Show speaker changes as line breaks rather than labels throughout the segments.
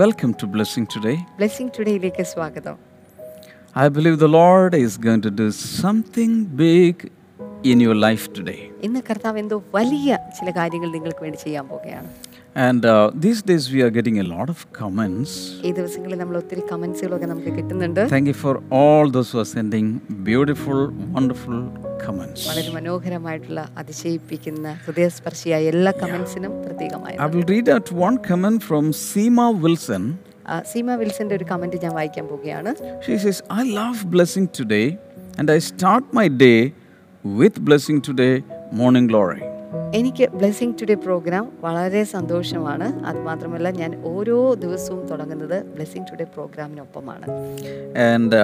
Welcome to Blessing Today.
Blessing ടുഡേയിലേക്ക് സ്വാഗതം
I believe the Lord is going to do something big in your life today.
ഇന്ന് കർത്താവ് എന്തോ വലിയ ചില കാര്യങ്ങൾ നിങ്ങൾക്ക് വേണ്ടി ചെയ്യാൻ പോകുകയാണ്
And uh, these days we are getting a lot of comments.
ഈ ദിവസങ്ങളിൽ നമ്മൾ ഒത്തിരി കമൻസുകളൊക്കെ നമുക്ക് കിട്ടുന്നുണ്ട്
Thank you for all those who are sending beautiful, wonderful comments.
വളരെ മനോഹരമായിട്ടുള്ള അതിശയിപ്പിക്കുന്ന ഹൃദയസ്പർശിയായ എല്ലാ കമൻസിനും പ്രത്യേകമായി
I will read out one comment from Seema Wilson.
ആ, സീമ വിൽസന്റെ ഒരു കമന്റ് ഞാൻ വായിക്കാൻ പോവുകയാണ്
She says, I love blessing today and I start my day with blessing today, morning glory.
എനിക്ക് ബ്ലെസ്സിങ് ടുഡേ പ്രോഗ്രാം വളരെ സന്തോഷമാണ് അതുമാത്രമല്ല ഞാൻ ഓരോ ദിവസവും തുടങ്ങുന്നത് ബ്ലെസ്സിങ് ടുഡേ പ്രോഗ്രാമിനൊപ്പമാണ്
And uh,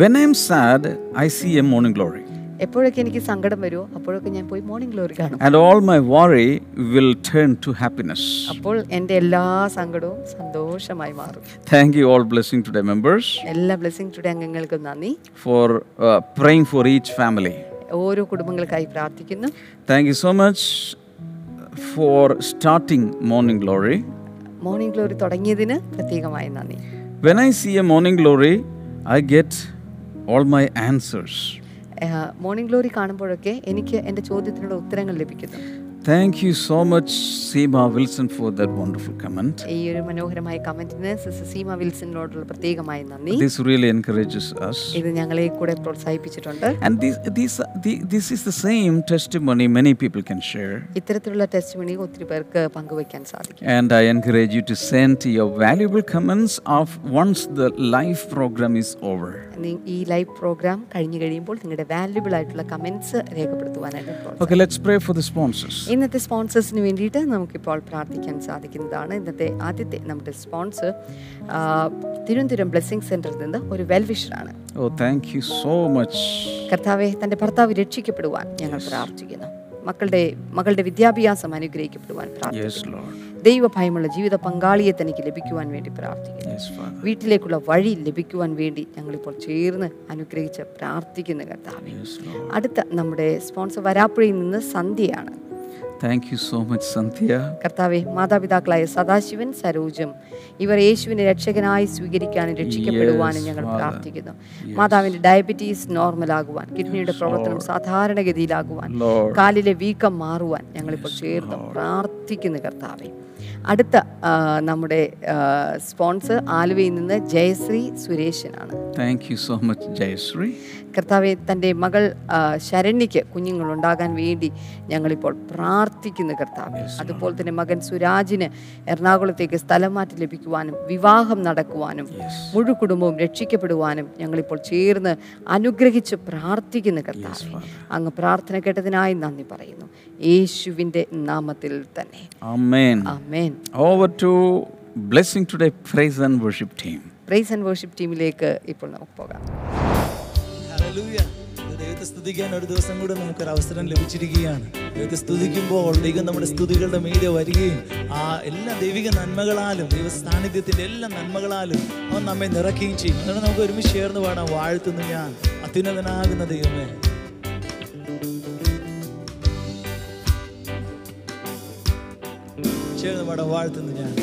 when I'm sad, I see a morning glory.
എപ്പോഴൊക്കെ എനിക്ക് സങ്കടം വരുമോ അപ്പോഴൊക്കെ ഞാൻ പോയി മോർണിംഗ് ഗ്ലോറി കാണും
And all my worry will turn to happiness.
അപ്പോൾ എൻ്റെ എല്ലാ സങ്കടവും സന്തോഷമായി മാറും
Thank you, all blessing today members,
എല്ലാ ബ്ലെസ്സിങ് ടുഡേ അംഗങ്ങൾക്കും നന്ദി
for uh, praying for each family.
ഓരോ കുടുംബങ്ങൾക്കായി പ്രാർത്ഥിക്കുന്നു
Thank you so much for starting Morning Glory.
Morning glory തുടങ്ങിയതിന് പ്രത്യേകമായി നന്ദി
When I see a Morning Glory, I get all my answers.
Morning glory കാണുമ്പോഴൊക്കെ എനിക്ക് എൻ്റെ ചോദ്യത്തിനുള്ള ഉത്തരങ്ങൾ ലഭിക്കുന്നു
Thank you so much, Seema Wilson, for that wonderful comment.
ഈ ഒരു മനോഹരമായ കമൻറ്റിന് സിസ്റ്റർ സീമ വിൽസണിനോടുള്ള പ്രത്യേകമായി നന്ദി
This really encourages us.
ഇത് ഞങ്ങളെ കൂടെ പ്രോത്സാഹിപ്പിച്ചിട്ടുണ്ട്
And this, this, the- this is the same testimony many people can share.
ഇത്തരത്തിലുള്ള ടെസ്റ്റ് മണി ഒത്തിരി പേർക്ക് പങ്കുവയ്ക്കാൻ സാധിക്കും
And I encourage you to send your valuable comments of once the live program is over.
നി- ഈ live program കഴിഞ്ഞു കഴിയുമ്പോൾ നിങ്ങളുടെ വാല്യുബിൾ ആയിട്ടുള്ള കമൻസ് രേഖപ്പെടുത്തുവാനായിട്ട് പ്രോത്സാഹിപ്പിക്കുന്നു.
Okay, let's pray for the sponsors.
ഇന്നത്തെ സ്പോൺസേഴ്സിന് വേണ്ടിയിട്ട് നമുക്കിപ്പോൾ പ്രാർത്ഥിക്കാൻ സാധിക്കുന്നതാണ് ഇന്നത്തെ ആദ്യത്തെ നമ്മുടെ സ്പോൺസർ ആ, തിരുവനന്തപുരം ബ്ലെസ്സിങ് സെൻറ്ററിൽ നിന്ന് ഒരു വെൽവിഷറാണ്
Oh, thank you so much.
കർത്താവെ തൻ്റെ ഭർത്താവ് രക്ഷിക്കപ്പെടുവാൻ ഞങ്ങൾ പ്രാർത്ഥിക്കുന്നു മക്കളുടെ മകളുടെ വിദ്യാഭ്യാസം അനുഗ്രഹിക്കപ്പെടുവാൻ
Yes,
പ്രാർത്ഥിക്കുന്നു
Lord.
ദൈവഭയമുള്ള ജീവിത പങ്കാളിയെ തനിക്ക് ലഭിക്കുവാൻ വേണ്ടി പ്രാർത്ഥിക്കുന്നു
Yes, Father.
വീട്ടിലേക്കുള്ള വഴി ലഭിക്കുവാൻ വേണ്ടി ഞങ്ങളിപ്പോൾ ചേർന്ന് അനുഗ്രഹിച്ച് പ്രാർത്ഥിക്കുന്നു കർത്താവെ
Yes, Lord.
അടുത്ത നമ്മുടെ സ്പോൺസർ വരാപ്പുഴയിൽ നിന്ന് സന്ധ്യയാണ്
Thank you so much, Cynthia.
കർത്താവെ മാതാപിതാക്കളായ സദാശിവൻ സരോജും ഇവർ യേശുവിനെ രക്ഷകനായി സ്വീകരിക്കാനും രക്ഷിക്കപ്പെടുവാനും
Yes,
ഞങ്ങൾ
Father.
പ്രാർത്ഥിക്കുന്നു മാതാവിന്റെ ഡയബറ്റീസ് നോർമലാകുവാൻ കിഡ്നിയുടെ പ്രവർത്തനം സാധാരണഗതിയിലാകുവാൻ
Lord.
കാലിലെ വീക്കം മാറുവാൻ ഞങ്ങളിപ്പോൾ ചേർത്ത് പ്രാർത്ഥിക്കുന്നു കർത്താവെ അടുത്ത ആ, നമ്മുടെ സ്പോൺസർ ആലുവയിൽ നിന്ന് Jayashree സുരേഷനാണ്
Thank you so much, Jayasri.
കർത്താവെ തൻ്റെ മകൾ ആ, ശരണ്യയ്ക്ക് കുഞ്ഞുങ്ങളുണ്ടാകാൻ വേണ്ടി ഞങ്ങളിപ്പോൾ പ്രാർത്ഥിക്കുന്നു കർത്താവ് അതുപോലെ തന്നെ മകൻ സുരാജിന് എറണാകുളത്തേക്ക് സ്ഥലം മാറ്റി ലഭിക്കുവാനും വിവാഹം നടക്കുവാനും മുഴു കുടുംബവും രക്ഷിക്കപ്പെടുവാനും ഞങ്ങളിപ്പോൾ ചേർന്ന് അനുഗ്രഹിച്ച് പ്രാർത്ഥിക്കുന്നു കർത്താവെ അങ്ങ് പ്രാർത്ഥന കേട്ടതിനായി നന്ദി പറയുന്നു യേശുവിൻ്റെ നാമത്തിൽ തന്നെ
Amen.
Amen
Over to Blessing Today Praise and Worship Team.
Praise and worship ടീമിലേക്ക് ഇപ്പോൾ നമുക്ക് പോകാം
ഹല്ലേലൂയ. ഇത് ദൈവത്തെ സ്തുതിക്കാൻ ഒരു ദിവസം കൂടെ നമുക്കൊരു അവസരം ലഭിച്ചിരിക്കുകയാണ് ദൈവത്തെ സ്തുതിക്കുമ്പോൾ ദൈവം നമ്മുടെ സ്തുതികളുടെ മീതെ വരികയും ആ എല്ലാ ദൈവിക നന്മകളാലും ദൈവ സാന്നിധ്യത്തിൻ്റെ എല്ലാ നന്മകളാലും അവൻ നമ്മെ നിറയ്ക്കുകയും ചെയ്യും അതുകൊണ്ട് നമുക്ക് ഒരുമിച്ച് ചേർന്ന് പാടാം വാഴ്ത്തുന്നു ഞാൻ അത്യുന്നതനാകുന്ന ദൈവമേ ചേർന്ന് പാടാം വാഴ്ത്തുന്നു ഞാൻ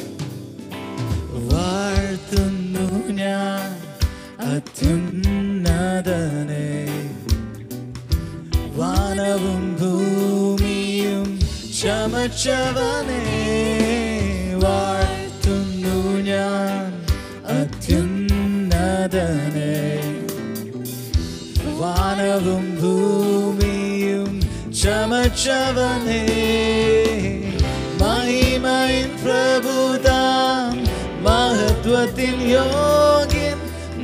വാഴ്ത്തുന്നു ഞാൻ അത്യുന്നതനെ വാനവും ഭൂമിയും ചമച്ചവനെ വാഴ്ത്തുന്നു ഞാൻ അത്യുന്നതനെ വാനവും ഭൂമിയും ചമച്ചവനേ മഹിമയിൻ പ്രഭുതാം മഹത്വത്തിൻ യോഗ്യൻ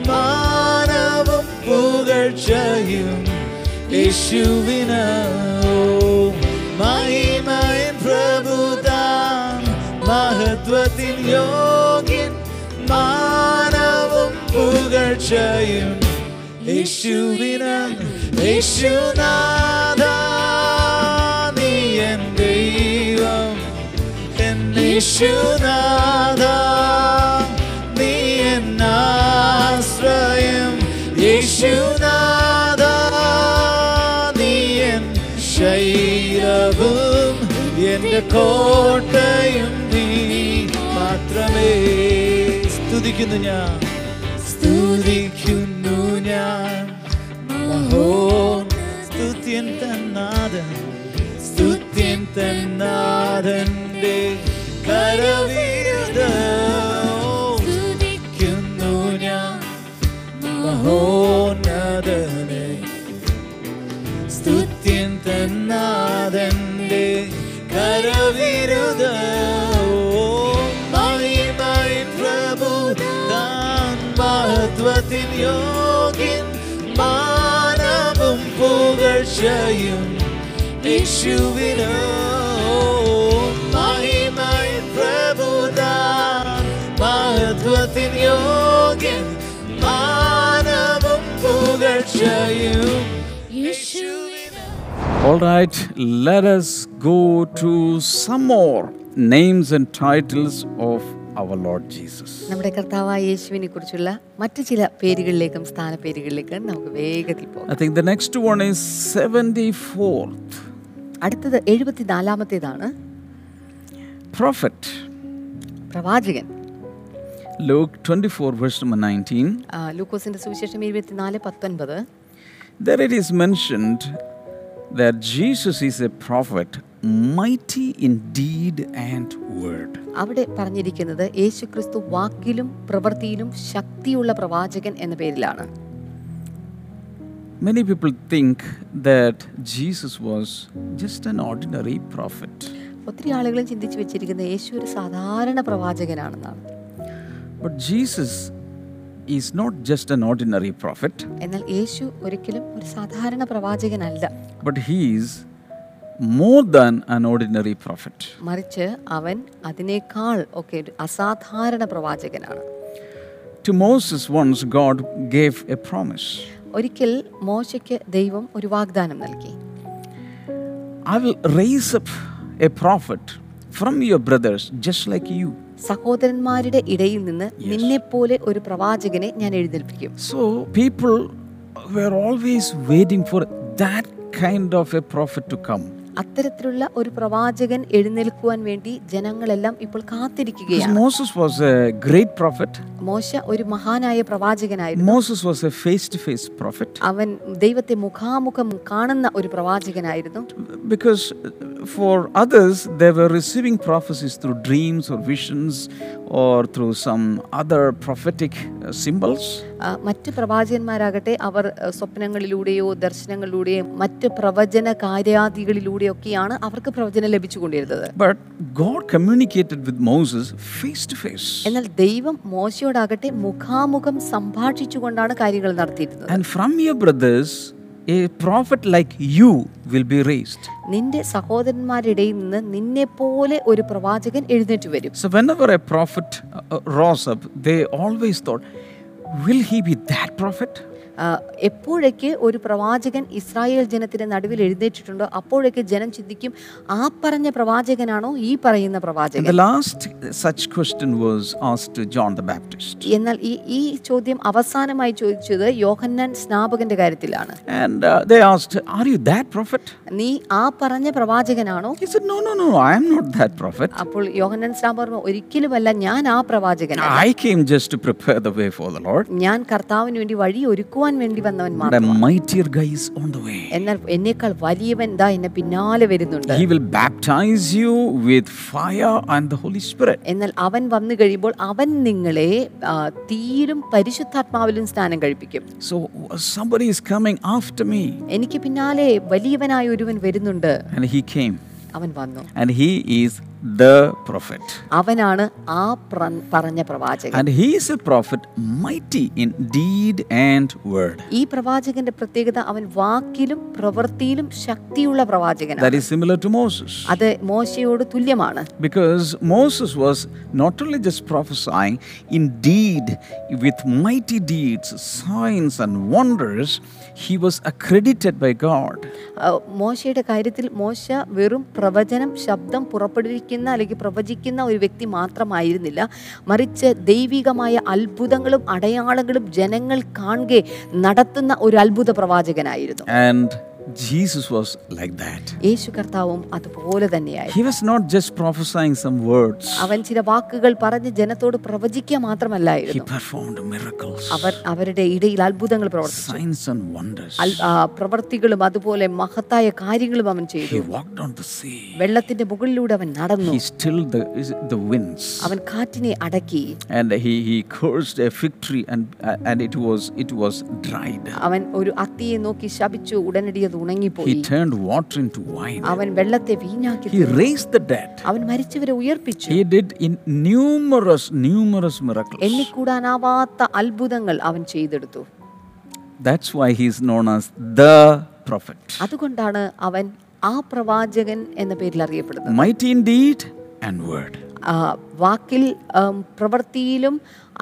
മാനവും പുകഴ്ചയും യേശുവിനോ മഹിമയിൻ പ്രഭുതാം മഹത്വത്തിൻ യോഗ്യൻ മാനവും പുകഴ്ചയും യേശുവിന യേശുനാഥ നീ എൻ ദൈവം എൻ യേശുനാഥ നീ എൻ ആശ്രയം യേശുനാഥ നീ എൻ ശൈലവും എന്റെ കോട്ടയും നീ മാത്രമേ സ്തുതിക്കുന്നു ഞാൻ സ്തുതിക്കുന്നു ഞാൻ സ്തുത്യൻ തന്നാഥൻ സ്തുത്യൻ തന്നാഥൻ്റെ കരവീരുത സ്തുതിക്കുന്നു ഞാൻ മഹോന്നതനെ സ്തുത്യൻ തന്നാഥൻ്റെ കരവിരുത മഹിമയിൻ പ്രഭു താൻ മഹത്വത്തിൻ യോഗിൻ മാനവും പുകഴ്ചയും യേശുവിനോ മഹിമയിൻ പ്രഭു താൻ മഹത്വത്തിൻ യോഗിൻ മാനവും പുകഴ്ചയും
All right, let us go to some more names and titles of our Lord Jesus.
നമ്മുടെ കർത്താവായ യേശുവിനെ കുറിച്ചുള്ള മറ്റു ചില പേരുകളിലേക്കും സ്ഥാനപ്പേരുകളിലേക്കും നമുക്ക് വേഗത്തിൽ പോകാം
I think the next one is 74th
അടുത്തത് എഴുപത്തിനാലാമത്തേതാണ്
prophet.
പ്രവാചകൻ
Luke 24, verse number 19.
ആ, ലൂക്കോസിന്റെ സുവിശേഷം ഇരുപത്തിനാല് പത്തൊൻപത്
There it is mentioned that Jesus is a prophet, mighty in deed and word.
അവിടെ പറഞ്ഞിരിക്കുന്നത് യേശുക്രിസ്തു വാക്കിലും പ്രവൃത്തിയിലും ശക്തിയുള്ള പ്രവാചകൻ എന്ന പേരിലാണ്
Many people think that Jesus was just an ordinary prophet.
ഒത്തിരി ആളുകളും ചിന്തിച്ചു വെച്ചിരിക്കുന്ന യേശു ഒരു സാധാരണ പ്രവാചകനാണെന്നാണ്
But Jesus is not just an ordinary prophet,
എന്നാൽ യേശു ഒരിക്കലും ഒരു സാധാരണ പ്രവാചകനല്ല
but he is more than an ordinary prophet.
മറിച്ച് അവൻ അതിനേക്കാൾ ഒക്കെ ഒരു അസാധാരണ പ്രവാചകനാണ്
To Moses, once God gave a promise
ഒരിക്കൽ മോശയ്ക്ക് ദൈവം ഒരു വാഗ്ദാനം നൽകി
I will raise up a prophet from your brothers, just like you.
സഹോദരന്മാരുടെ ഇടയിൽ നിന്ന് നിന്നെപ്പോലെ ഒരു പ്രവാചകനെ ഞാൻ എഴുന്നേൽപ്പിക്കും
So people were always waiting for that kind of a prophet to come.
അത്തരത്തിലുള്ള ഒരു പ്രവാചകൻ എഴുന്നേൽക്കുവാൻ വേണ്ടി ജനങ്ങളെല്ലാം ഇപ്പോൾ
Because
കാത്തിരിക്കുകയാണ്
Moses was a great prophet.
മോശ ഒരു മഹാനായ പ്രവാചകനായിരുന്നു
Moses was a face to face prophet.
അവൻ ദൈവത്തെ മുഖാമുഖം കാണുന്ന ഒരു പ്രവാചകനായിരുന്നു
Because for others, they were receiving prophecies through dreams or visions or through some other prophetic uh, symbols.
ആ, മറ്റ് പ്രവാചകന്മാരാകട്ടെ അവർ ആ, സ്വപ്നങ്ങളിലൂടെയോ ദർശനങ്ങളിലൂടെയോ മറ്റ് പ്രവചന കാര്യാദികളിലൂടെയൊക്കെയാണ് അവർക്ക് പ്രവചനം ലഭിച്ചുകൊണ്ടിരുന്നത്
But God communicated with Moses face to face.
എന്നാൽ ദൈവം മോശയോടാകട്ടെ മുഖാമുഖം സംഭാഷിച്ചുകൊണ്ടാണ് കാര്യങ്ങൾ നടത്തിയിരുന്നത്
And from your brothers, a prophet like you will be raised.
നിന്റെ സഹോദരന്മാരിടയിൽ നിന്ന് നിന്നെപ്പോലെ ഒരു പ്രവാചകൻ എഴുന്നേറ്റ് വരും
So, whenever a prophet uh, uh, rose up, they always thought, will he be that prophet?
ആ, എപ്പോഴൊക്കെ ഒരു പ്രവാചകൻ ഇസ്രായേൽ ജനത്തിന്റെ നടുവിൽ എഴുന്നേറ്റിട്ടുണ്ടോ അപ്പോഴൊക്കെ ജനം ചിന്തിക്കും ആ പറഞ്ഞ പ്രവാചകനാണോ ഈ പറയുന്ന
And
പ്രവാചകൻ
the last such question was asked to John the Baptist.
എന്നാൽ ഈ ഈ ചോദ്യം അവസാനമായി ചോദിച്ചത് യോഹന്നാൻ സ്നാപകന്റെ കാര്യത്തിലാണ്
And uh, they asked, Are you that prophet?
നീ ആ പറഞ്ഞ പ്രവാചകനാണോ
He said, No, no, no, I am not that prophet.
അപ്പോൾ യോഹന്നാൻ സ്നാപകൻ പറഞ്ഞു, ഒരിക്കലുമല്ല ഞാൻ ആ പ്രവാചകനാണ്
I came just to prepare the way for the Lord.
ഞാൻ കർത്താവിന് വേണ്ടി വഴി ഒരുക്കുവാൻ വേണ്ടി വന്നവൻ
But a
മാത്രം
mightier guy is on the way.
എന്നാൽ എന്നേക്കാൾ വലിയവൻ ദാ എന്നെ പിന്നാലെ വരുന്നുണ്ട്
He will baptize you with fire and the Holy Spirit.
എന്നാൽ അവൻ വന്നു കഴിയുമ്പോൾ അവൻ നിങ്ങളെ ആ, തീയിലും പരിശുദ്ധാത്മാവിലും സ്നാനം കഴിപ്പിക്കും
So uh, somebody is coming after me.
എനിക്ക് പിന്നാലെ വലിയവനായ ഒരുവൻ വരുന്നുണ്ട്
And he came.
അവൻ വന്നു
And he is the prophet.
അവനാണ് ആ പ്ര- പറഞ്ഞ പ്രവാചകൻ
And he is a prophet mighty in deed and word.
ഈ പ്രവാചകന്റെ പ്രത്യേകത അവൻ വാക്കിലും പ്രവൃത്തിയിലും ശക്തിയുള്ള
That
പ്രവാചകനാണ്
is similar to Moses.
അത് മോശയോട് തുല്യമാണ്
Because Moses was not only just prophesying, indeed, with mighty deeds, signs, and wonders, he was accredited by God.
ആ, മോശയുടെ കാര്യത്തിൽ മോശ വെറും പ്രവചനം ശബ്ദം പുറപ്പെടുവിക്കുന്ന അല്ലെങ്കിൽ പ്രവചിക്കുന്ന ഒരു വ്യക്തി മാത്രമായിരുന്നില്ല മറിച്ച് ദൈവികമായ അത്ഭുതങ്ങളും അടയാളങ്ങളും ജനങ്ങൾ കാണുകെ നടത്തുന്ന ഒരു അത്ഭുത പ്രവാചകനായിരുന്നു
And Jesus was like that.
യേശു കർത്താവും അതുപോലെ തന്നെയായിരുന്നു
He was not just prophesying some words,
അവൻ ചില വാക്കുകൾ പറഞ്ഞ് ജനത്തോട് പ്രവചിക്കുക
he
മാത്രമല്ലായിരുന്നു
performed miracles,
അവർ അവരുടെ ഇടയിൽ അത്ഭുതങ്ങൾ പ്രവർത്തിച്ചു
signs, and wonders.
അൽ- ആ, പ്രവർത്തികളും അതുപോലെ മഹത്തായ കാര്യങ്ങളും അവൻ
He
ചെയ്തു
walked on the sea,
വെള്ളത്തിന്റെ മുകളിലൂടെ അവൻ നടന്നു
he stilled the, the winds.
അവൻ കാറ്റിനെ അടക്കി
And he, he cursed a fig tree and, and it, was, it was dried.
അവൻ ഒരു അത്തിയെ നോക്കി ശപിച്ചു ഉടനടി അത് ഉണങ്ങിപ്പോയി
He turned water into wine.
അവൻ വെള്ളത്തെ വീഞ്ഞാക്കി
He raised the dead.
അവൻ മരിച്ചവരെ ഉയർപ്പിച്ചു
He did in numerous, numerous miracles.
എണ്ണിക്കൂടാനാവാത്ത അത്ഭുതങ്ങൾ അവൻ ചെയ്തെടുത്തു
That's why he is known as the prophet.
അതുകൊണ്ടാണ് അവൻ ആ പ്രവാചകൻ എന്ന പേരിൽ അറിയപ്പെടുന്നത്
Mighty in deed and word.
ആ, വാക്കിൽ ഉം, പ്രവൃത്തിയിലും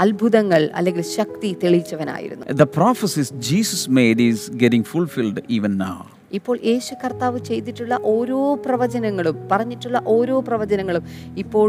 അത്ഭുതങ്ങൾ അല്ലെങ്കിൽ ശക്തി തെളിയിച്ചവനായിരുന്നു
The prophecies Jesus made is getting fulfilled even now.
ഇപ്പോൾ യേശു കർത്താവ് ചെയ്തിട്ടുള്ള ഓരോ പ്രവചനങ്ങളും പറഞ്ഞിട്ടുള്ള ഓരോ പ്രവചനങ്ങളും ഇപ്പോൾ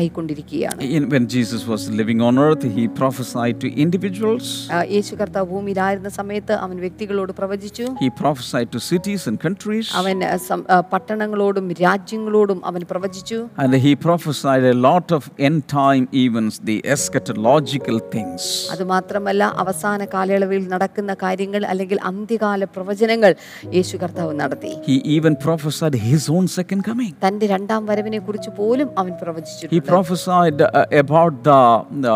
പൂർത്തിയായിക്കൊണ്ടിരിക്കുകയാണ്
In, when Jesus was living on earth, he prophesied to individuals,
ആ, യേശു കർത്താവ് ഭൂമിയിലായിരുന്ന സമയത്ത് അവൻ വ്യക്തികളോട് പ്രവചിച്ചു
he prophesied to cities and countries,
അവൻ ആ, സം- ആ, പട്ടണങ്ങളോടും രാജ്യങ്ങളോടും അവൻ പ്രവചിച്ചു
and he prophesied a lot of end time events, the eschatological things.
അതുമാത്രമല്ല അവസാന കാലയളവിൽ നടക്കുന്ന കാര്യങ്ങൾ അല്ലെങ്കിൽ അന്ത്യകാല പ്രവചനങ്ങൾ യേശു കർത്താവ് നടത്തി
He even prophesied his own second coming.
തന്റെ രണ്ടാം വരവിനെ കുറിച്ച് പോലും അവൻ
He
പ്രവചിച്ചിട്ടുണ്ട്
prophesied uh, about the, the,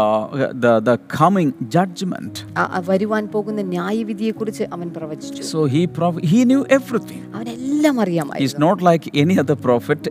the, the coming judgment.
ആ- ആ വരുവാൻ പോകുന്ന ന്യായവിധിയെ കുറിച്ച് അവൻ പ്രവചിച്ചു
So he, proph- he knew everything.
അവനെല്ലാം
He's
അറിയാമായിരുന്നു
not like any other prophet.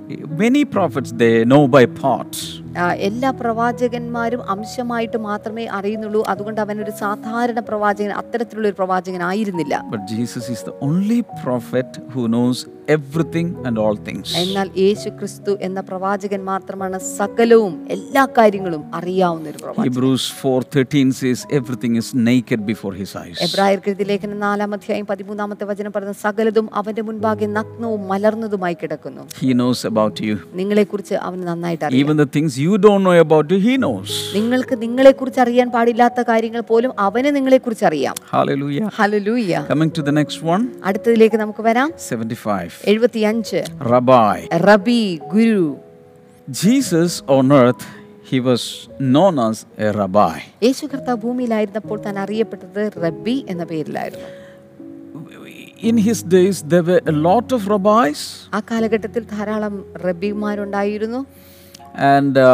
Many prophets, they know by part.
ആ, എല്ലാ പ്രവാചകന്മാരും അംശമായിട്ട് മാത്രമേ അറിയുന്നുള്ളൂ അതുകൊണ്ട് അവനൊരു സാധാരണ പ്രവാചകൻ അത്തരത്തിലുള്ള ഒരു പ്രവാചകനായിരുന്നില്ല
But Jesus is the only prophet who knows everything and all things.
എന്നാൽ യേശു ക്രിസ്തു എന്ന പ്രവാചകൻ മാത്രമാണ് സകലവും എല്ലാ കാര്യങ്ങളും അറിയാവുന്ന ഒരു പ്രവാചകൻ
Hebrews 4.13 says everything is naked before his eyes.
എബ്രായർ കൃതി ലേഖനം നാലാം അധ്യായം പതിമൂന്നാമത്തെ വചനം പറഞ്ഞ സകലതും അവന്റെ മുൻപാകെ നഗ്നവും മലർന്നതുമായി കിടക്കുന്നു
He knows about you.
നിങ്ങളെക്കുറിച്ച് അവന് നന്നായിട്ട് അറിയാം
Even the things you don't know about you, he knows.
നിങ്ങൾക്ക് നിങ്ങളെക്കുറിച്ച് അറിയാൻ പാടില്ലാത്ത കാര്യങ്ങൾ പോലും അവന് നിങ്ങളെക്കുറിച്ച് അറിയാം
Hallelujah.
Hallelujah
Coming to the next one,
അടുത്തതിലേക്ക് നമുക്ക് വരാം
75.
എഴുപത്തിയഞ്ച്
Rabbi.
റബി ഗുരു
Jesus on earth, he was known as a rabbi.
യേശു കർത്താവ് ഭൂമിയിലായിരുന്നപ്പോൾ താൻ അറിയപ്പെട്ടത് റബ്ബി എന്ന പേരിലായിരുന്നു
In his days, there were a lot of rabbis,
ആ കാലഘട്ടത്തിൽ ധാരാളം റബ്ബിമാരുണ്ടായിരുന്നു
and uh,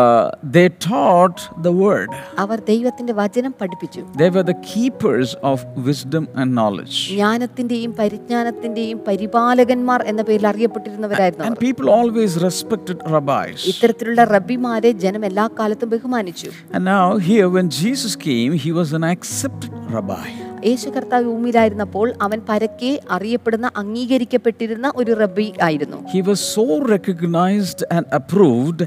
they taught the word.
അവർ ദൈവത്തിന്റെ വചനം പഠിപ്പിച്ചു
They were the keepers of wisdom and knowledge.
ജ്ഞാനത്തിന്റെയും പരിജ്ഞാനത്തിന്റെയും പരിപാലകന്മാർ എന്ന പേരിൽ അറിയപ്പെട്ടിരുന്നവരായിരുന്നു
And
our
people always respected rabbis.
ഇത്തരത്തിലുള്ള റബ്ബിമാരെ ജനം എല്ലാ കാലത്തും ബഹുമാനിച്ചു
And now, here, when Jesus came, he was an accepted rabbi.
യേശു കർത്താവ് ഭൂമിയിലായിരുന്നപ്പോൾ അവൻ പരക്കെ അറിയപ്പെടുന്ന അംഗീകരിക്കപ്പെട്ടിരുന്ന ഒരു റബ്ബി ആയിരുന്നു
He was so recognized and approved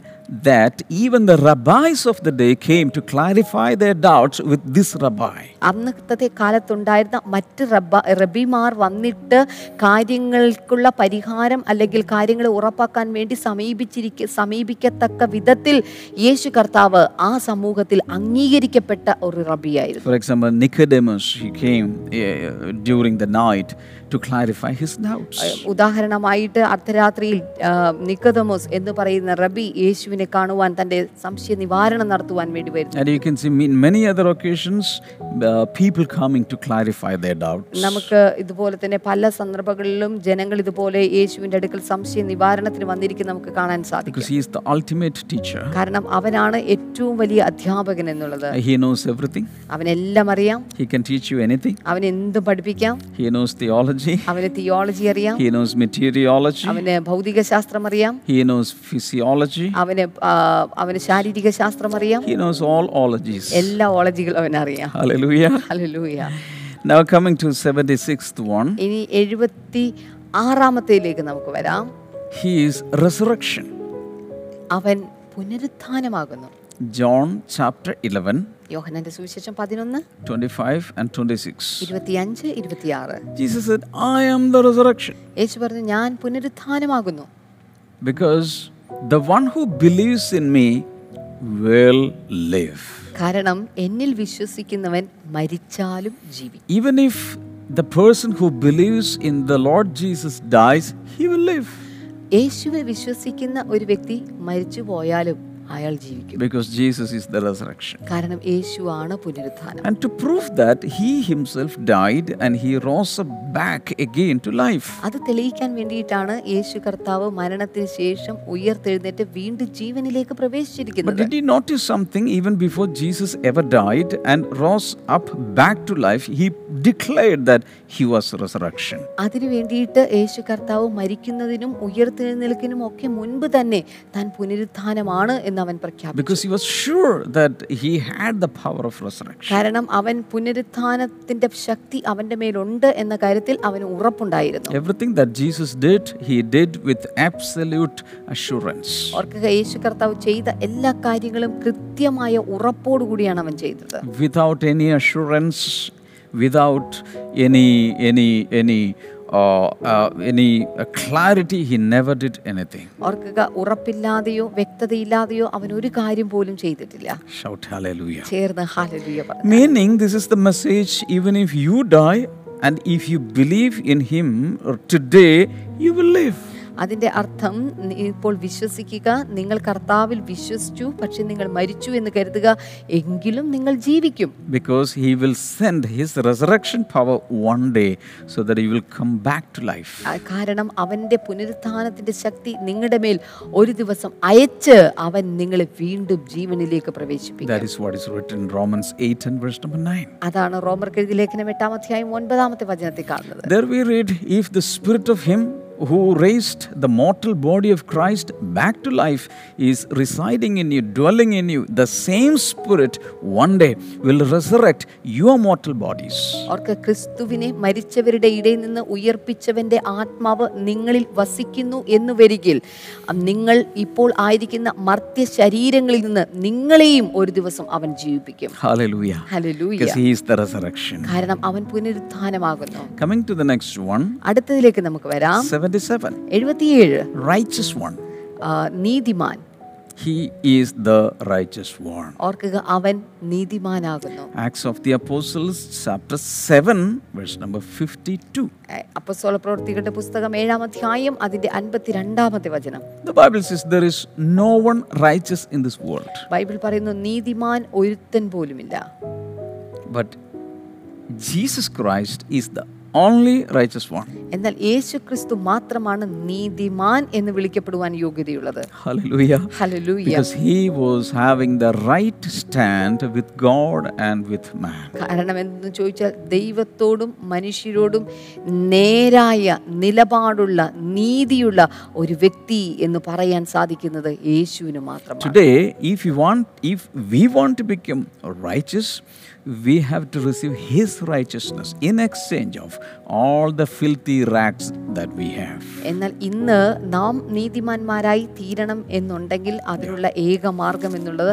that even the rabbis of the day came to clarify their doubts with this rabbi.
അന്നത്തെ കാലത്തുണ്ടായിരുന്ന മറ്റ് റബ്ബ റബ്ബിമാർ വന്നിട്ട് കാര്യങ്ങൾക്കുള്ള പരിഹാരം അല്ലെങ്കിൽ കാര്യങ്ങൾ ഉറപ്പാക്കാൻ വേണ്ടി സമീപിച്ചിരിക്ക സമീപിക്കത്തക്ക വിധത്തിൽ യേശു കർത്താവ് ആ സമൂഹത്തിൽ അംഗീകരിക്കപ്പെട്ട ഒരു റബ്ബിയായിരുന്നു
For example, Nicodemus, he came uh, during the night to clarify his doubts.
ഉദാഹരണമായിട്ട് അർദ്ധരാത്രിയിൽ ആ, നിക്കതമോസ് എന്ന് പറയുന്ന റബി യേശുവിനെ കാണുവാൻ തന്റെ സംശയ നിവാരണം നടത്തുവാൻ വേണ്ടി വരുന്നു
And you can see in many other occasions, uh, people coming to clarify their doubts.
നമുക്ക് ഇതുപോലെ തന്നെ പല സന്ദർഭങ്ങളിലും ജനങ്ങൾ ഇതുപോലെ യേശുവിന്റെ അടുക്കൽ സംശയ നിവാരണത്തിന് വന്നിരിക്കുന്ന നമുക്ക് കാണാൻ സാധിക്കും
Because he is the ultimate teacher.
കാരണം അവനാണ് ഏറ്റവും വലിയ അധ്യാപകൻ എന്നുള്ളത്
He knows everything.
അവനെല്ലാം അറിയാം
He can teach you anything.
അവന് എന്തും പഠിപ്പിക്കാം
He knows theology.
അവന് തിയോളജി അറിയാം
He knows materiology.
അവന് ഭൗതിക ശാസ്ത്രം അറിയാം
He knows physiology.
അവന് ആ, അവന് ശാരീരിക ശാസ്ത്രം അറിയാം
He knows all ologies.
എല്ലാ ഓളജികളും അവനറിയാം
Hallelujah.
Hallelujah
Now coming to 76th one.
ഇനി എഴുപത്തി ആറാമത്തേലേക്ക് നമുക്ക് വരാം
He is resurrection.
അവൻ പുനരുത്ഥാനമാകുന്നു
John chapter 11.
യോഹനന്റെ സുവിശേഷം പതിനൊന്ന്
25 and 26.
ഇരുപത്തിയഞ്ച് ഇരുപത്തിയാറ്
Jesus said, I am the resurrection.
യേശു പറഞ്ഞു ഞാൻ പുനരുത്ഥാനമാകുന്നു
Because the one who believes in me will live.
കാരണം എന്നിൽ വിശ്വസിക്കുന്നവൻ മരിച്ചാലും ജീവിക്കും
Even if The person who believes in the Lord Jesus dies, he will live.
യേശുവെ വിശ്വസിക്കുന്ന ഒരു വ്യക്തി മരിച്ചു പോയാലും അയാൾ ജീവിക്കും
Because Jesus is the resurrection.
കാരണം യേശുവാണ് പുനരുത്ഥാനം
And to prove that, he himself died and he rose up back again to life.
അത് തെളിയിക്കാൻ വേണ്ടിയിട്ടാണ് യേശു കർത്താവ് മരണത്തിന് ശേഷം ഉയർത്തെഴുന്നേറ്റ് വീണ്ടും ജീവനിലേക്ക്
But
പ്രവേശിച്ചിരിക്കുന്നത്
did you notice something? Even before Jesus ever died and rose up back to life, he declared that he was resurrection.
അതിനു വേണ്ടിയിട്ട് യേശു കർത്താവ് മരിക്കുന്നതിനും ഉയർത്തെഴുന്നേൽക്കിനും ഒക്കെ മുൻപ് തന്നെ താൻ പുനരുത്ഥാനമാണ് എന്ന് അവൻ പ്രഖ്യാപിച്ചു
Because he was sure that he had the power of resurrection.
കാരണം അവൻ പുനരുത്ഥാനത്തിന്റെ ശക്തി അവന്റെ മേലുണ്ട് എന്ന കാര്യത്തിൽ അവന് ഉറപ്പുണ്ടായിരുന്നു
Everything that Jesus did, he did with absolute assurance.
ഓർക്കുക യേശു കർത്താവ് ചെയ്ത എല്ലാ കാര്യങ്ങളും കൃത്യമായ ഉറപ്പോടുകൂടിയാണ് അവൻ ചെയ്തത്
Without any assurance, without any any any uh, uh, any uh, clarity, he never did anything.
ഓർക്കുക ഉറപ്പില്ലാതെയോ വ്യക്തതയില്ലാതെയോ അവൻ ഒരു കാര്യം പോലും ചെയ്തിട്ടില്ല
Shout hallelujah.
ചേർന്ന് ഹാലലിയ പറഞ്ഞു
Meaning, this is the message even if you die and if you believe in Him uh, today, you will live.
അതിന്റെ അർത്ഥം നി- ഇപ്പോൾ വിശ്വസിക്കുക നിങ്ങൾ കർത്താവിൽ വിശ്വസിച്ചു പക്ഷെ നിങ്ങൾ മരിച്ചു എന്ന് കരുതുക എങ്കിലും നിങ്ങൾ ജീവിക്കും
Because He will send His resurrection power one day so that you will come back to life.
ആ, കാരണം അവന്റെ പുനരുത്ഥാനത്തിന്റെ ശക്തി നിങ്ങളുടെ മേൽ ഒരു ദിവസം അയച്ച് അവൻ നിങ്ങളെ വീണ്ടും ജീവനിലേക്ക് പ്രവേശിപ്പിക്കും
That is what is written in Romans 8 and verse number 9.
അതാണ് റോമർ കെഴുതി ലേഖനം എട്ടാം അധ്യായം ഒൻപതാമത്തെ വചനത്തിൽ കാണുന്നത്
There we read, If the spirit of him who raised the mortal body of Christ back to life is residing in you, dwelling in you, the same spirit one day will resurrect your mortal bodies.
അവർക്ക് ക്രിസ്തുവിനെ മരിച്ചവരുടെ ഇടയിൽ നിന്ന് ഉയർപ്പിച്ചവന്റെ ആത്മാവ് നിങ്ങളിൽ വസിക്കുന്നു എന്ന് വരികിൽ അം- നിങ്ങൾ ഇപ്പോൾ ആയിരിക്കുന്ന മർത്യ ശരീരങ്ങളിൽ നിന്ന് നിങ്ങളെയും ഒരു ദിവസം അവൻ ജീവിപ്പിക്കും
Hallelujah.
Hallelujah.
Because he is the resurrection.
കാരണം അവൻ പുനരുത്ഥാനമാകുന്നു
Coming to the next one,
അടുത്തതിലേക്ക് നമുക്ക് വരാം
77.
എഴുപത്തിയേഴ്
Righteous one.
ആ, നീതിമാൻ
He is the righteous one.
ഓർക്കുക അവൻ നീതിമാനാകുന്നു
Acts of the Apostles, chapter 7, verse number 52.
അപ്പസ്തോല പ്രവർത്തികളുടെ പുസ്തകം ഏഴാം അധ്യായം അതിന്റെ അൻപത്തിരണ്ടാമത്തെ വചനം
The Bible says there is no one righteous in this world,
Bible പറയുന്നു നീതിമാൻ ഒരുത്തൻ പോലുമില്ല
but Jesus Christ is the only righteous one.
എന്നാൽ യേശു ക്രിസ്തു മാത്രമാണ് നീതിമാൻ എന്ന് വിളിക്കപ്പെടുവാൻ യോഗ്യതയുള്ളത്
Hallelujah.
Hallelujah
Because he was having the right stand with God and with man.
കാരണം എന്തെന്ന് ചോദിച്ചാൽ ദൈവത്തോടും മനുഷ്യരോടും നേരായ നിലപാടുള്ള നീതിയുള്ള ഒരു വ്യക്തി എന്ന് പറയാൻ സാധിക്കുന്നത് യേശുവിന് മാത്രമാണ്
Today, if you want, if we want to become righteous, we have to receive his righteousness in exchange of all the filthy rags that we have.
എന്നാൽ ഇന്ന് നാം നീതിമാന്മാരായി തീരണം എന്നുണ്ടെങ്കിൽ അതിനുള്ള ഏക മാർഗം എന്നുള്ളത്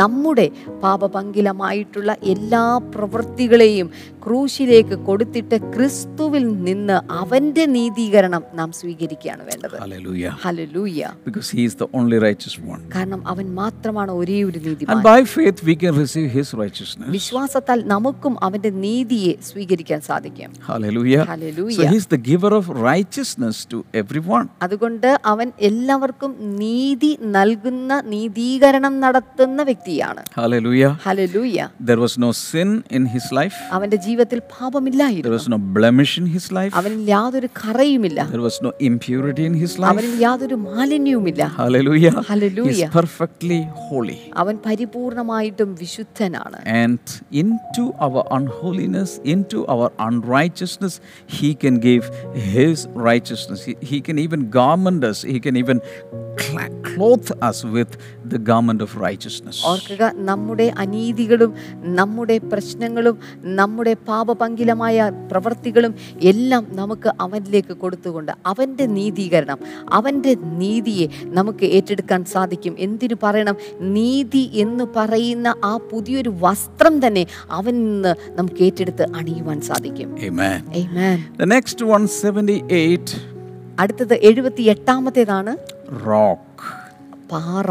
നമ്മുടെ പാപപങ്കിലമായിട്ടുള്ള എല്ലാ പ്രവൃത്തികളെയും ക്രൂശിലേക്ക് കൊടുത്തിട്ട് ക്രിസ്തുവിൽ നിന്ന് അവൻ്റെ നീതീകരണം നാം സ്വീകരിക്കുകയാണ് വേണ്ടത്
Hallelujah.
Hallelujah
Because he is the only righteous one.
കാരണം അവൻ മാത്രമാണ് ഒരേ ഒരു നീതിമാൻ
And by faith, we can receive His righteousness.
വിശ്വാസത്താൽ നമുക്കും അവന്റെ നീതിയെ സ്വീകരിക്കാൻ സാധിക്കും
Hallelujah.
Hallelujah.
So He's the giver of righteousness to everyone.
അതുകൊണ്ട് അവൻ എല്ലാവർക്കും നീതി നൽകുന്ന നീതീകരണം നടത്തുന്ന വ്യക്തിയാണ്
Hallelujah.
Hallelujah
There was no sin in His life,
അവന്റെ ജീവിതത്തിൽ
there
പാപമില്ലായിരുന്നു
was no blemish in His life,
അവനിൽ യാതൊരു കറയുമില്ല
there was no impurity in His life.
അവനിൽ യാതൊരു മാലിന്യവുമില്ല
Hallelujah. He's
Hallelujah.
perfectly holy.
അവൻ പരിപൂർണമായിട്ടും വിശുദ്ധനാണ്
And into our unholiness, into our unrighteousness, He can give His righteousness. He, he can even garment us, He can even cla- clothe us with the garment of righteousness.
ഓർക്കുക നമ്മുടെ അനീതികളും നമ്മുടെ പ്രശ്നങ്ങളും നമ്മുടെ പാപപങ്കിലമായ പ്രവൃത്തികളും എല്ലാം നമുക്ക് അവനിലേക്ക് കൊടുത്തുകൊണ്ട് അവൻ്റെ നീതീകരണം അവൻ്റെ നീതിയെ നമുക്ക് ഏറ്റെടുക്കാൻ സാധിക്കും എന്തിനു പറയണം നീതി എന്ന് പറയുന്ന ആ പുതിയൊരു വസ്ത്രം തന്നെ അവനിൽ നിന്ന് നമുക്ക് ഏറ്റെടുത്ത് അണിയുവാൻ സാധിക്കും
Amen.
Amen.
The next one, 78,
അടുത്തത് എഴുപത്തി എട്ടാമത്തേതാണ്
rock.
പാറ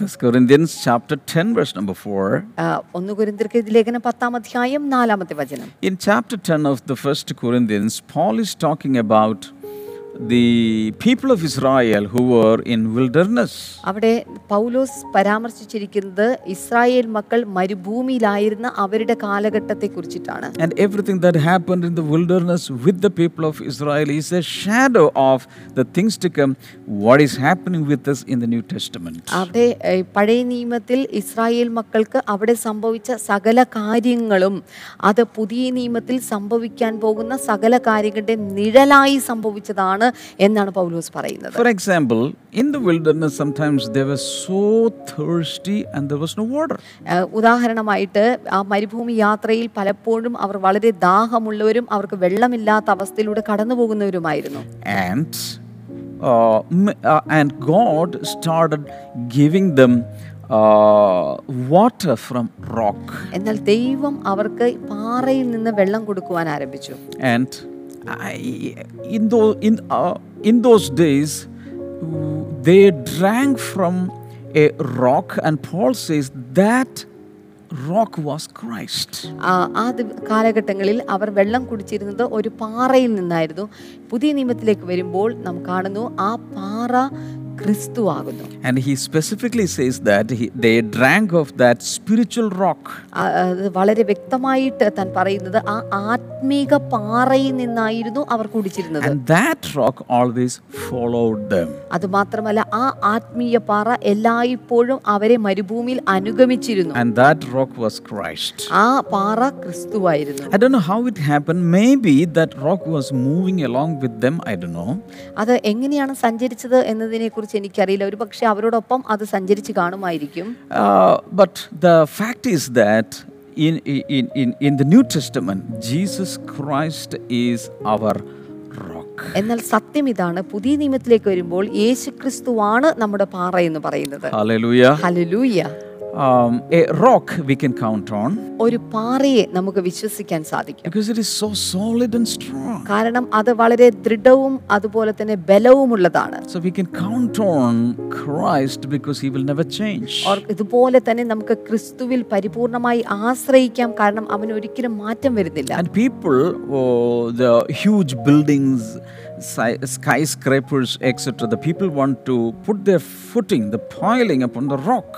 First Corinthians chapter 10, verse number 4.
ആ, ഒന്ന് കുരിന്തിർക്ക് ലേഖനം പത്താം അധ്യായം നാലാമത്തെ വചനം
In chapter 10 of the first Corinthians, Paul is talking about the people of Israel who were in wilderness.
അവിടെ പൗലോസ് പരാമർശിച്ചിരിക്കുന്നത് ഇസ്രായേൽ മക്കൾ മരുഭൂമിയിലായിരുന്ന അവരുടെ കാലഘട്ടത്തെ കുറിച്ചിട്ടാണ്
And everything that happened in the wilderness with the people of Israel is a shadow of the things to come, what is happening with us in the New Testament.
അവിടെ ഏ, പഴയ നിയമത്തിൽ Israel മക്കൾക്ക് അവിടെ സംഭവിച്ച സകല കാര്യങ്ങളും അത് പുതിയ നിയമത്തിൽ സംഭവിക്കാൻ പോകുന്ന സകല കാര്യങ്ങളുടെ നിഴലായി സംഭവിച്ചതാണ് എന്നാണ് പൗലോസ് പറയുന്നത്
For example, in the wilderness, sometimes they were so thirsty and there was no water.
ഏ, ഉദാഹരണമായിട്ട് ആ മരുഭൂമി യാത്രയിൽ പലപ്പോഴും അവർ വളരെ ദാഹമുള്ളവരും അവർക്ക് വെള്ളമില്ലാത്ത അവസ്ഥയിലൂടെ കടന്നു പോകുന്നവരുമായിരുന്നു
and uh, m- uh, and God started giving them uh, water from rock.
എന്നാൽ ദൈവം അവർക്ക് പാറയിൽ നിന്ന് വെള്ളം കൊടുക്കുവാൻ ആരംഭിച്ചു
And I, in those in uh, in those days, they drank from a rock, and Paul says that rock was Christ.
ആ ആ ദിവ- കാലഘട്ടങ്ങളിൽ അവർ വെള്ളം കുടിച്ചിരുന്നത് ഒരു പാറയിൽ നിന്നായിരുന്നു പുതിയ നിയമത്തിലേക്ക് വരുമ്പോൾ നാം കാണുന്നു ആ പാറ ക്രിസ്തു ആകുന്നു
And he specifically says that he, they drank of that spiritual rock.
ആ- അത് വളരെ വ്യക്തമായിട്ട് താൻ പറയുന്നത് ആ ആത്മീക പാറയിൽ നിന്നായിരുന്നു അവർ കുടിച്ചിരുന്നത്
And that rock always followed them.
അതുമാത്രമല്ല ആ ആത്മീയ പാറ എല്ലായ്പ്പോഴും അവരെ മരുഭൂമിയിൽ അനുഗമിച്ചിരുന്നു
And that rock was Christ.
ആ പാറ ക്രിസ്തുവായിരുന്നു
I don't know how it happened. Maybe that rock was moving along with them. I don't know.
അത് എങ്ങനെയാണ് സഞ്ചരിച്ചത് എന്നതിനെക്കുറിച്ച് എനിക്കറിയില്ല ഒരു പക്ഷെ അവരോടൊപ്പം അത് സഞ്ചരിച്ച് കാണുമായിരിക്കും
Uh, but the fact is that in, in, in, in the New Testament, Jesus Christ is our rock.
എന്നാൽ സത്യം ഇതാണ് പുതിയ നിയമത്തിലേക്ക് വരുമ്പോൾ യേശു ക്രിസ്തുവാണ് നമ്മുടെ പാറ എന്ന് പറയുന്നത്
Hallelujah.
Hallelujah
Um, a rock we can count on
ഒരു പാറയെ നമുക്ക് വിശ്വസിക്കാൻ സാധിക്കും
because it is so solid and strong.
കാരണം അത് വളരെ ദൃഢവും അതുപോലെ തന്നെ ബലവുമുള്ളതാണ്
So we can count on Christ because he will never change.
Or ഇതുപോലെ തന്നെ നമുക്ക് ക്രിസ്തുവിൽ പരിപൂർണമായി ആശ്രയിക്കാം കാരണം അവൻ ഒരിക്കലും മാറ്റം വരുന്നില്ല
And people, oh, the huge buildings, sci- skyscrapers, etc., the people want to put their footing, the piling upon the rock.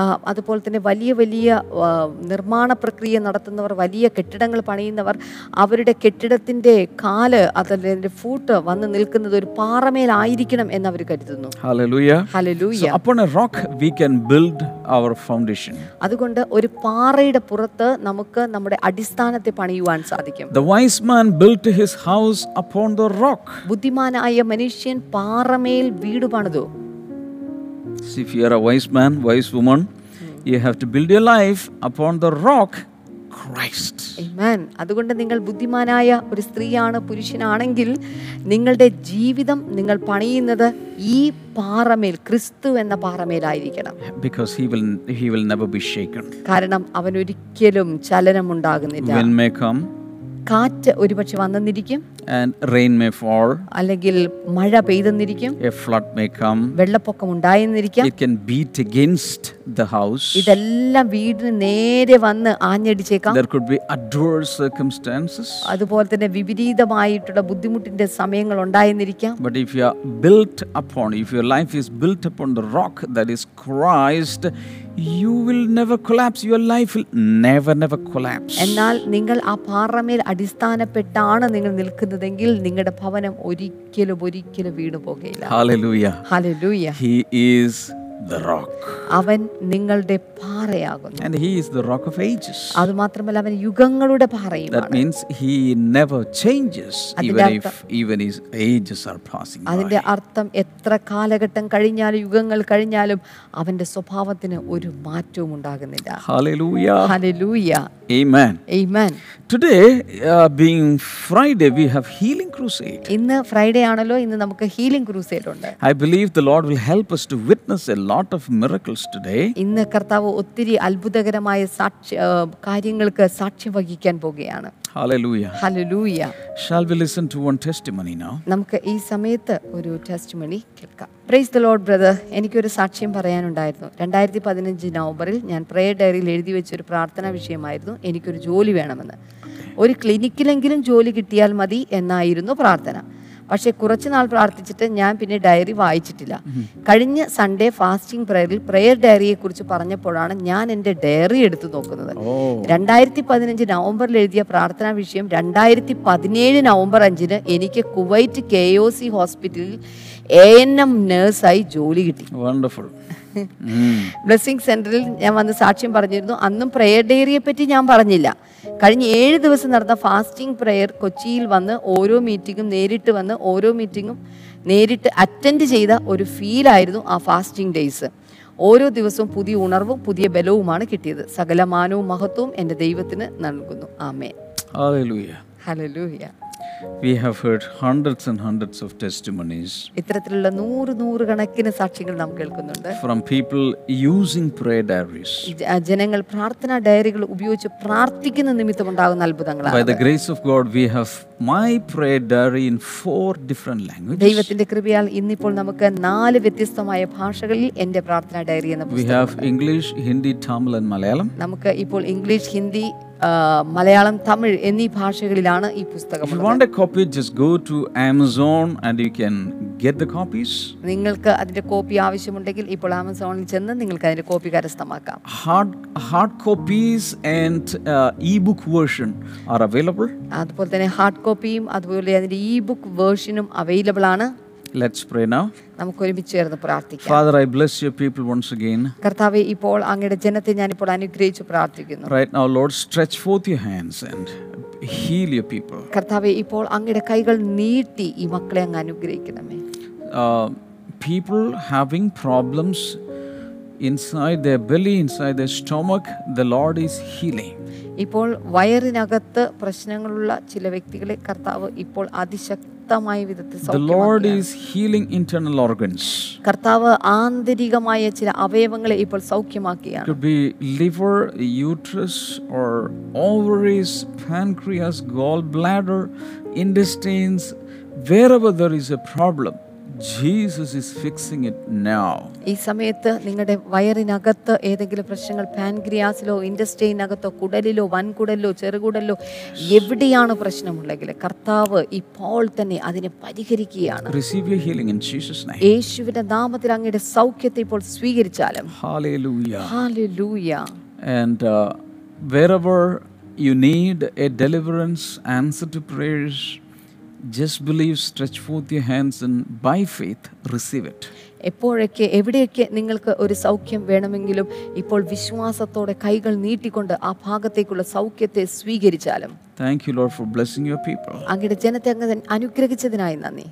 ആ, അതുപോലെ തന്നെ വലിയ വലിയ ആ, നിർമ്മാണ പ്രക്രിയ നടത്തുന്നവർ വലിയ കെട്ടിടങ്ങൾ പണിയുന്നവർ അവരുടെ കെട്ടിടത്തിൻ്റെ കാല് അതല്ല അതിൻ്റെ ഫൂട്ട് വന്ന് നിൽക്കുന്നത് ഒരു പാറമേലായിരിക്കണം എന്ന് അവർ കരുതുന്നു
Hallelujah. So
hallelujah
upon a rock, we can build our foundation.
അതുകൊണ്ട് ഒരു പാറയുടെ പുറത്ത് നമുക്ക് നമ്മുടെ അടിസ്ഥാനത്തെ പണിയുവാൻ സാധിക്കും
The wise man built his house upon the rock.
ബുദ്ധിമാനായ മനുഷ്യൻ പാറമേൽ വീട് പണിതു
See, if you are a wise man, wise woman, you have to build your life upon the rock, Christ.
Amen. അതുകൊണ്ട് നിങ്ങൾ ബുദ്ധിമാനായ ഒരു സ്ത്രീയാണ് പുരുഷനാണെങ്കിൽ നിങ്ങളുടെ ജീവിതം നിങ്ങൾ പണിയുന്നത് ഈ പാറമേൽ ക്രിസ്തു എന്ന പാറമേലായിരിക്കണം
Because he will, he will never be shaken.
കാരണം അവൻ ഒരിക്കലും ചലനമുണ്ടാകുന്നില്ല
Wind may come
കാറ്റ് ഒരുപക്ഷെ വന്നെന്നിരിക്കും
and rain may fall.
അല്ലെങ്കിൽ മഴ പെയ്തെന്നിരിക്കും
A flood may come.
വെള്ളപ്പൊക്കം ഉണ്ടായെന്നിരിക്കാം
It can beat against the house.
ഇതെല്ലാം വീടിന് നേരെ വന്ന് ആഞ്ഞടിച്ചേക്കാം
There could be adverse circumstances.
അതുപോലെ തന്നെ വിപരീതമായിട്ടുള്ള ബുദ്ധിമുട്ടിന്റെ സമയങ്ങൾ ഉണ്ടായെന്നിരിക്കാം
But if you are built upon, if your life is built upon the rock that is Christ, you will never collapse. Your life will never, never collapse.
എന്നാൽ നിങ്ങൾ ആ പാറമേൽ അടിസ്ഥാനപ്പെട്ടാണ് നിങ്ങൾ നിൽക്കുന്നതെങ്കിൽ നിങ്ങളുടെ ഭവനം ഒരിക്കലും ഒരിക്കലും വീണു പോകുകയില്ല
Hallelujah.
Hallelujah
He is the rock.
അവൻ നിങ്ങളുടെ പാറയാകുന്നു
And He is the rock of ages.
അതുമാത്രമല്ല അവൻ യുഗങ്ങളുടെ പാറയുമാണ്
That means He never changes, even if even His ages are passing by.
അതിന്റെ അർത്ഥം എത്ര കാലഘട്ടം കഴിഞ്ഞാലും യുഗങ്ങൾ കഴിഞ്ഞാലും അവന്റെ സ്വഭാവത്തിന് ഒരു മാറ്റവും ഉണ്ടാകുന്നില്ല
Hallelujah.
Hallelujah
Amen.
Amen
Today, uh, being Friday, we have healing crusade.
ഇന്ന് ഫ്രൈഡേ ആണല്ലോ ഇന്ന് നമുക്ക് ഹീലിംഗ് ക്രൂസേഡ് ഉണ്ട്
I believe the Lord will help us to witness a lot of miracles today.
ഇന്ന് കർത്താവ് ഒത്തിരി അത്ഭുതകരമായ സാക്ഷി ആ, കാര്യങ്ങൾക്ക് സാക്ഷ്യം വഹിക്കാൻ പോവുകയാണ്
Hallelujah.
Hallelujah
Shall we listen to one testimony now?
നമുക്ക് ഈ സമയത്ത് ഒരു ടെസ്റ്റ് മണി കേൾക്കാം പ്രൈസ് ദ ലോഡ് ബ്രദർ എനിക്കൊരു സാക്ഷ്യം പറയാനുണ്ടായിരുന്നു രണ്ടായിരത്തി പതിനഞ്ച് നവംബറിൽ ഞാൻ പ്രേയർ ഡയറിയിൽ എഴുതി വെച്ചൊരു പ്രാർത്ഥനാ വിഷയമായിരുന്നു എനിക്കൊരു ജോലി വേണമെന്ന് ഒരു ക്ലിനിക്കിലെങ്കിലും ജോലി കിട്ടിയാൽ മതി എന്നായിരുന്നു പ്രാർത്ഥന പക്ഷേ കുറച്ച് നാൾ പ്രാർത്ഥിച്ചിട്ട് ഞാൻ പിന്നെ ഡയറി വായിച്ചിട്ടില്ല കഴിഞ്ഞ സൺഡേ ഫാസ്റ്റിംഗ് പ്രയറിൽ പ്രേയർ ഡയറിയെക്കുറിച്ച് പറഞ്ഞപ്പോഴാണ് ഞാൻ എൻ്റെ ഡയറി എടുത്തു നോക്കുന്നത്
Oh,
രണ്ടായിരത്തി പതിനഞ്ച് നവംബറിൽ എഴുതിയ പ്രാർത്ഥനാ വിഷയം രണ്ടായിരത്തി പതിനേഴ് നവംബർ അഞ്ചിന് എനിക്ക് കുവൈറ്റ് കെ ഒ സി ഹോസ്പിറ്റലിൽ എ എൻ എം നേഴ്സായി ജോലി കിട്ടി
wonderful. Mm.
ബ്ലെസ്സിംഗ് സെന്ററിൽ ഞാൻ വന്ന് സാക്ഷ്യം പറഞ്ഞിരുന്നു അന്നും പ്രയർ ഡയറിയെ പറ്റി ഞാൻ പറഞ്ഞില്ല കഴിഞ്ഞ ഏഴ് ദിവസം നടന്ന ഫാസ്റ്റിംഗ് പ്രയർ കൊച്ചിയിൽ വന്ന് ഓരോ മീറ്റിങ്ങും നേരിട്ട് വന്ന് ഓരോ മീറ്റിങ്ങും നേരിട്ട് അറ്റൻഡ് ചെയ്ത ഒരു ഫീലായിരുന്നു ആ ഫാസ്റ്റിംഗ് ഡേയ്സ് ഓരോ ദിവസവും പുതിയ ഉണർവും പുതിയ ബലവുമാണ് കിട്ടിയത് സകല മാനവും മഹത്വവും എൻ്റെ ദൈവത്തിന് നൽകുന്നു ആമേ
Hallelujah.
ഹലലൂഹ്യ
We have heard hundreds and hundreds of testimonies
ഇത്തരത്തിലുള്ള നൂറ് നൂറ് കണക്കിന് സാക്ഷ്യങ്ങൾ നാം കേൾക്കുന്നുണ്ട്
from people using prayer diaries.
ജ- ജനങ്ങൾ പ്രാർത്ഥനാ ഡയറികൾ ഉപയോഗിച്ച് പ്രാർത്ഥിക്കുന്ന നിമിത്തം ഉണ്ടാകുന്ന
By
അത്ഭുതങ്ങളാണ്
the grace of God, we have my prayer diary in four different languages.
ദൈവത്തിന്റെ കൃപയാൽ ഇന്നിപ്പോൾ നമുക്ക് നാല് വ്യത്യസ്തമായ ഭാഷകളിൽ എന്റെ പ്രാർത്ഥനാ ഡയറി എന്ന
We
പുസ്തകം
have English, Hindi, Tamil, and Malayalam.
നമുക്ക് ഇപ്പോൾ ഇംഗ്ലീഷ് ഹിന്ദി ആ, മലയാളം തമിഴ് എന്നീ ഭാഷകളിലാണ് ഈ പുസ്തകം
If you want a copy, just go to Amazon and you can get the copies.
നിങ്ങൾക്ക് അതിന്റെ കോപ്പി ആവശ്യമുണ്ടെങ്കിൽ ഇപ്പോൾ ആമസോണിൽ ചെന്ന് നിങ്ങൾക്ക് അതിന്റെ കോപ്പി കരസ്ഥമാക്കാം
Hard, hard copies and uh, ebook version are available.
അതുപോലെ തന്നെ ഹാർഡ് കോപ്പിയും അതുപോലെ അതിന്റെ ഇ ബുക്ക് വേർഷനും അവൈലബിൾ ആണ്
Let's pray now.
നമുക്ക് ഒരുമിച്ച് ചേർന്ന് പ്രാർത്ഥിക്കാം
Father, I bless your people once again.
കർത്താവെ ഇപ്പോൾ അങ്ങയുടെ ജനത്തെ ഞാനിപ്പോൾ അനുഗ്രഹിച്ച് പ്രാർത്ഥിക്കുന്നു
Right now, Lord, stretch forth your hands and heal your people.
കർത്താവെ ഇപ്പോൾ അങ്ങയുടെ കൈകൾ നീട്ടി ഈ മക്കളെ അങ്ങ് അനുഗ്രഹിക്കണമേ
Uh, people having problems inside their belly, inside their stomach, the Lord is healing.
ഇപ്പോൾ വയറിനകത്ത് പ്രശ്നങ്ങളുള്ള ചില വ്യക്തികളെ കർത്താവ് ഇപ്പോൾ അതിശക്തമായ വിധത്തിൽ
The Lord
സൗഖ്യമാക്കുകയാണ്.
is healing internal organs.
കർത്താവ് ആന്തരികമായ ചില അവയവങ്ങളെ ഇപ്പോൾ സൗഖ്യമാക്കുകയാണ്
could be liver, uterus, or ovaries, pancreas, gallbladder, intestines. Wherever there is a problem, Jesus is fixing it now.
ഈ സമയത്ത് നിങ്ങളുടെ വയറിനകത്ത് ഏതെങ്കിലും പ്രശ്നങ്ങൾ പാൻക്രിയാസിലോ ഇൻഡസ്ട്രിയിനകത്തോ കുടലിലോ വൻകുടലിലോ ചെറുകുടലിലോ എവിടെയാണ് പ്രശ്നമുണ്ടെങ്കിൽ കർത്താവ് ഇപ്പോൾ തന്നെ അതിനെ പരിഹരിക്കുകയാണ്
Receive your healing in Jesus' name.
യേശുവിന്റെ നാമത്തിൽ അങ്ങയുടെ സൗഖ്യത്തെ ഇപ്പോൾ സ്വീകരിച്ചാലും
Hallelujah.
Hallelujah
And uh, wherever you need a deliverance, answer to prayers, just believe, stretch forth your hands, and by faith, receive it.
എപ്പോഴൊക്കെ എവിടെയൊക്കെ നിങ്ങൾക്ക് ഒരു സൗഖ്യം വേണമെങ്കിലും ഇപ്പോൾ വിശ്വാസത്തോടെ കൈകൾ നീട്ടിക്കൊണ്ട് ആ ഭാഗത്തേക്കുള്ള സൗഖ്യത്തെ സ്വീകരിച്ചാലും
Thank you, Lord, for blessing your people.
അങ്ങയുടെ ജനത്തെ അങ്ങ് തന്നെ അനുഗ്രഹിച്ചതിനായി നന്ദി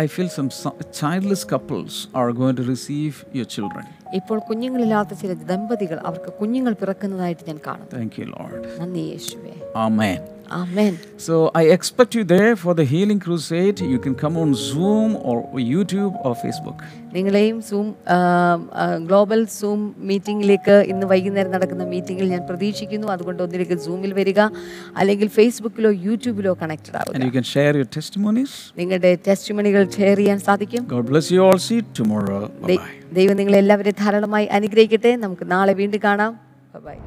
I feel some so- childless couples are going to receive your children.
ഇപ്പോൾ കുഞ്ഞുങ്ങളില്ലാത്ത ചില ദമ്പതികൾ അവർക്ക് കുഞ്ഞുങ്ങൾ പിറക്കുന്നതായിട്ട് ഞാൻ കാണുന്നു
Thank you, Lord.
നന്ദി യേശുവേ
Amen.
ആമേൻ
So I expect you there for the Healing Crusade. You can come on Zoom or YouTube or Facebook.
നിങ്ങളെയും സൂം ആം, ആ, ഗ്ലോബൽ സൂം മീറ്റിംഗിലേക്ക് ഇന്ന് വൈകുന്നേരം നടക്കുന്ന മീറ്റിംഗിൽ ഞാൻ പ്രതീക്ഷിക്കുന്നു അതുകൊണ്ട് ഒന്നിലേക്ക് സൂമിൽ വരിക അല്ലെങ്കിൽ ഫേസ്ബുക്കിലോ യൂട്യൂബിലോ കണക്റ്റഡ് ആവുക
And you can share your testimonies.
നിങ്ങളുടെ ടെസ്റ്റ് മണികൾ ഷെയർ ചെയ്യാൻ സാധിക്കും
God bless you all. See you tomorrow. Bye
ദൈ-
bye.
ദൈവം നിങ്ങളെ എല്ലാവരെയും ധാരാളമായി അനുഗ്രഹിക്കട്ടെ നമുക്ക് നാളെ വീണ്ടും കാണാം ബൈ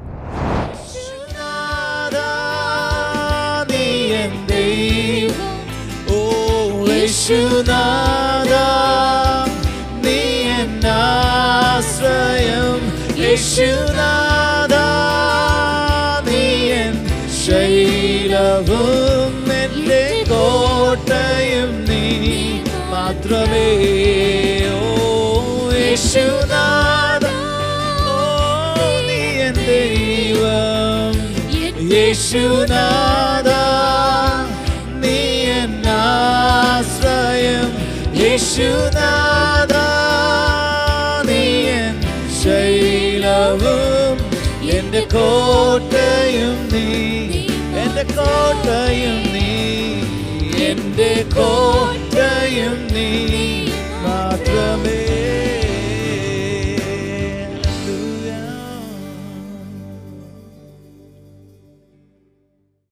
ശൈലവും എന്റെ കോട്ടയും നീ മാത്രമേ ഓ യേശുനാഥ ഓ നീ എൻ ദൈവം യേശുനാഥ നീ എന്നാശ്രയം യേശുനാഥ നീ എൻ ശൈലവും എൻ്റെ കോട്ടയും നീ എൻ്റെ കോട്ടയും നീ എൻ്റെ കോട്ടയും നീ മാത്രമേ